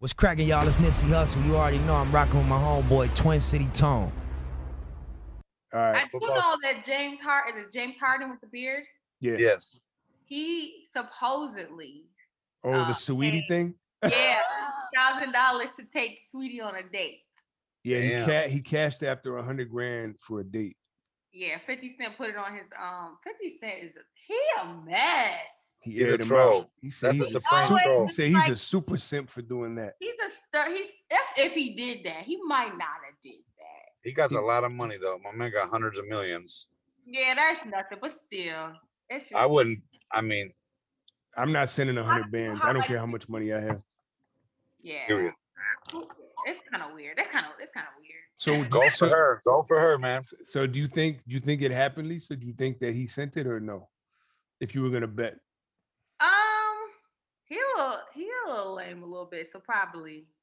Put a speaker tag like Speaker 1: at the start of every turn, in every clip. Speaker 1: What's cracking, y'all? It's Nipsey Hustle. You already know I'm rocking with my homeboy, Twin City Tone.
Speaker 2: All
Speaker 3: I
Speaker 2: right.
Speaker 3: do
Speaker 2: football-
Speaker 3: know that James Hard is it James Harden with the beard.
Speaker 2: Yeah.
Speaker 4: Yes.
Speaker 3: He supposedly,
Speaker 2: Oh,
Speaker 3: uh,
Speaker 2: the Sweetie
Speaker 3: hey.
Speaker 2: thing.
Speaker 3: yeah, thousand dollars to take Sweetie on a date.
Speaker 2: Yeah, he,
Speaker 4: Damn.
Speaker 2: ca- he cashed after a hundred grand for a date.
Speaker 3: Yeah, Fifty Cent put it on his um. Fifty Cent is he a mess?
Speaker 2: He
Speaker 4: He's
Speaker 2: aired
Speaker 4: a
Speaker 2: him
Speaker 4: troll.
Speaker 2: out. He said
Speaker 4: That's
Speaker 2: he's
Speaker 4: a
Speaker 2: a,
Speaker 4: supreme
Speaker 2: super,
Speaker 4: troll.
Speaker 2: he said he's a
Speaker 3: Like-
Speaker 2: super simp for doing that.
Speaker 3: He's a stir. He's that's if he did that. He might not have did that.
Speaker 4: He got a lot of money though. My man got hundreds of millions.
Speaker 3: Yeah, that's nothing. But still, it's just,
Speaker 4: I wouldn't. I mean,
Speaker 2: I'm not sending a hundred bands. I don't care how much money I have.
Speaker 3: Yeah,
Speaker 4: period.
Speaker 3: it's kind of weird. That's kind of it's kind of weird.
Speaker 2: So
Speaker 4: Go for
Speaker 2: so,
Speaker 4: her. Go for her, man.
Speaker 2: So do you think do you think it happened, Lisa? Do you think that he sent it or no? If you were gonna bet,
Speaker 3: Um, he will he a little lame a little bit, so probably.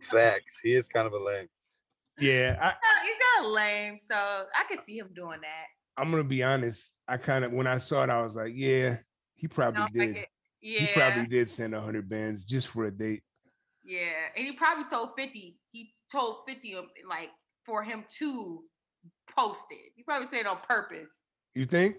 Speaker 4: Facts. He is kind of a lame.
Speaker 2: yeah,
Speaker 3: Uh, He's kind of lame, so I could see him doing that.
Speaker 2: I, I'm gonna be honest. I kind of when I saw it, I was like, yeah, he
Speaker 3: You
Speaker 2: probably
Speaker 3: know, like
Speaker 2: did.
Speaker 3: it-
Speaker 2: He
Speaker 3: yeah,
Speaker 2: probably did send a hundred bands just for a date.
Speaker 3: yeah, and he probably told Fifty. He told Fifty um, like for him to post it. He probably said it on purpose.
Speaker 2: You think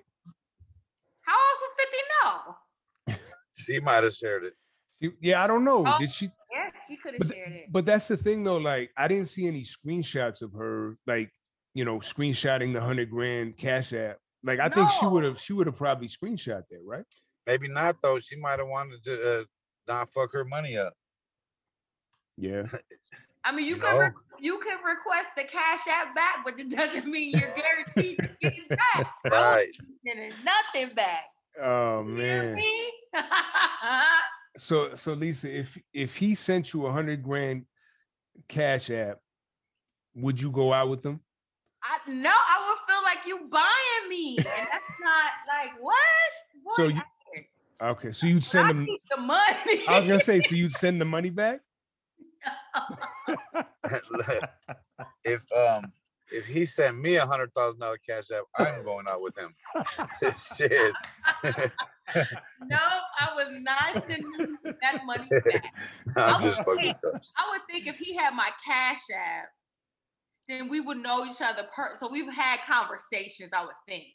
Speaker 3: How else would Fifty know?
Speaker 4: She might have shared it.
Speaker 2: You- yeah, I don't know.
Speaker 3: Oh.
Speaker 2: Did she?
Speaker 3: Yeah, she could
Speaker 2: But
Speaker 3: have shared it.
Speaker 2: But that's the thing, though. Like, I didn't see any screenshots of her, like, you know, screenshotting the hundred grand cash app. Like, I think she
Speaker 3: No.
Speaker 2: would have. She would have probably screenshot that, right?
Speaker 4: Maybe not though. She might have wanted to uh, not fuck her money up.
Speaker 2: Yeah.
Speaker 3: I mean, you
Speaker 4: you
Speaker 3: can
Speaker 4: know?
Speaker 3: re- you can request the cash app back, but it doesn't mean you're guaranteed to get it back. I don't
Speaker 4: Right.
Speaker 3: think you're getting nothing back.
Speaker 2: Oh
Speaker 3: You hear
Speaker 2: man.
Speaker 3: me?
Speaker 2: So so Lisa, if if he sent you a hundred grand cash app, would you go out with him?
Speaker 3: I no, I would feel like you buying me, and that's not like what. what?
Speaker 2: So you
Speaker 3: I-
Speaker 2: okay? So you'd
Speaker 3: I
Speaker 2: send him.
Speaker 3: need the money.
Speaker 2: I was gonna say, so you'd send the money back?
Speaker 4: if um if he sent me a hundred thousand dollar cash app, I'm going out with him. Shit.
Speaker 3: no, I was not sending you that money back.
Speaker 4: I'm just
Speaker 3: Oh,
Speaker 4: fucking. with her.
Speaker 3: I would think if he had my cash app, then we would know each other. Per- so we've had conversations. I would think,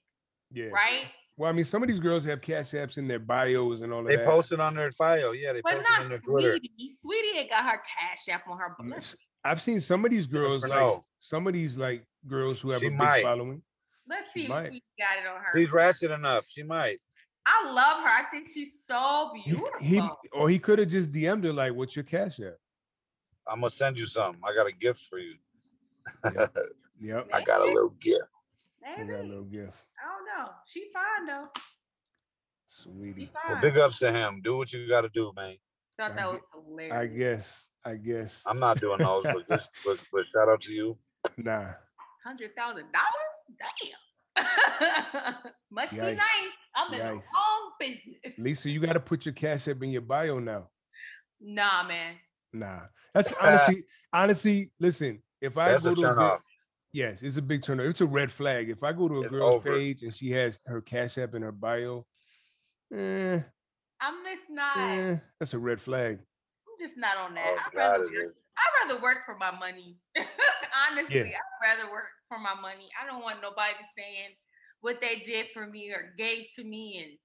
Speaker 2: Yeah.
Speaker 3: right?
Speaker 2: Well, I mean, some of these girls have cash apps in their bios and all of
Speaker 4: They
Speaker 2: that.
Speaker 4: posted on their bio. Yeah, they
Speaker 3: But
Speaker 4: posted on their
Speaker 3: not
Speaker 4: Twitter.
Speaker 3: sweetie. Sweetie ain't got her cash app on her.
Speaker 2: Mm,
Speaker 3: Let's,
Speaker 2: s- I've seen some of these girls,
Speaker 4: never
Speaker 2: like
Speaker 4: know.
Speaker 2: some of these like girls who have
Speaker 4: She
Speaker 2: a big
Speaker 4: might.
Speaker 2: following.
Speaker 3: let's
Speaker 2: she
Speaker 3: see if
Speaker 2: might.
Speaker 3: Sweetie got it on her.
Speaker 4: She's ratchet enough. She might.
Speaker 3: I love her. I think she's so
Speaker 2: He,
Speaker 3: beautiful.
Speaker 2: he or he could have just DM'd her like, "What's your cash app?"
Speaker 4: I'm gonna send you something. I got a gift for you.
Speaker 2: Yep,
Speaker 4: I got a little gift.
Speaker 2: you
Speaker 3: Maybe.
Speaker 2: got a little gift,
Speaker 3: I don't know. She fine though. She
Speaker 2: sweetie.
Speaker 3: fine.
Speaker 4: Well, big ups to him. Do what you got to do, man.
Speaker 3: Thought
Speaker 2: I
Speaker 3: that was
Speaker 2: get-
Speaker 3: hilarious.
Speaker 2: I guess. I guess.
Speaker 4: I'm not doing those, but, good- but, but shout out to you.
Speaker 2: Nah.
Speaker 3: Hundred thousand dollars? Damn. Must be
Speaker 2: Yikes.
Speaker 3: nice. I'm in the
Speaker 2: Yikes.
Speaker 3: wrong business.
Speaker 2: Lisa, you got to put your cash app in your bio now.
Speaker 3: Nah, man.
Speaker 2: Nah. That's honestly, honestly, listen, if I
Speaker 4: That's
Speaker 2: go
Speaker 4: a
Speaker 2: to a
Speaker 4: turn
Speaker 2: girl-
Speaker 4: off.
Speaker 2: yes, it's a big turn off. It's a red flag. If I go to a
Speaker 4: It's
Speaker 2: girl's
Speaker 4: over.
Speaker 2: page and she has her cash app in her bio, eh,
Speaker 3: I'm just not. I'm
Speaker 2: eh, that's a red flag.
Speaker 3: just not on that.
Speaker 4: Oh,
Speaker 3: I'd,
Speaker 4: God,
Speaker 3: rather
Speaker 4: it is.
Speaker 3: work, I'd rather work for my money. Honestly, I'd rather work for my money. I don't want nobody saying what they did for me or gave to me and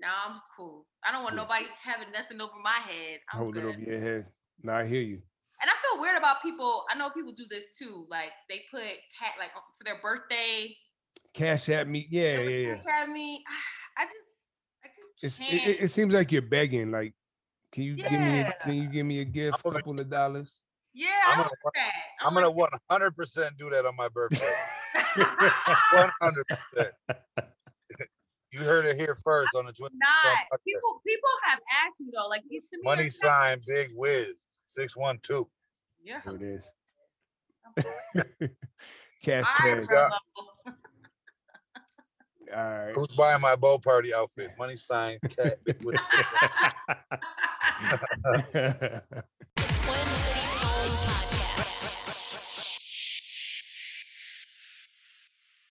Speaker 3: no, I'm cool. I don't want
Speaker 2: Yeah.
Speaker 3: nobody having nothing over my head. I'm
Speaker 2: Hold
Speaker 3: good.
Speaker 2: it over your head. Nah, I hear you.
Speaker 3: And I feel weird about people. I know people do this too. Like they put cat like on- for their birthday.
Speaker 2: Cash app me. Yeah,
Speaker 3: they
Speaker 2: yeah,
Speaker 3: would
Speaker 2: yeah.
Speaker 3: cash At me, I just, I
Speaker 2: It's,
Speaker 3: just
Speaker 2: it,
Speaker 3: can't.
Speaker 2: it- it seems like you're begging. Like, can you give me? A,
Speaker 3: Yeah.
Speaker 2: can you give me a gift?
Speaker 4: gonna-
Speaker 2: couple of dollars.
Speaker 3: yeah,
Speaker 4: I'm
Speaker 3: I'm
Speaker 4: gonna, wa- I'm gonna 100 percent do that on my birthday. 100. percent You heard it here first on the Twitter.
Speaker 3: not.
Speaker 4: fuck that.
Speaker 3: People, people have asked me though. Like it's to me,
Speaker 4: Money
Speaker 3: it's not-
Speaker 4: sign, big whiz, six one two.
Speaker 3: Yeah.
Speaker 2: There it is.
Speaker 3: All
Speaker 2: cash
Speaker 3: right,
Speaker 2: tag.
Speaker 3: bro.
Speaker 2: All right.
Speaker 4: Who's buying my bow party outfit? Money sign, cat, big whiz.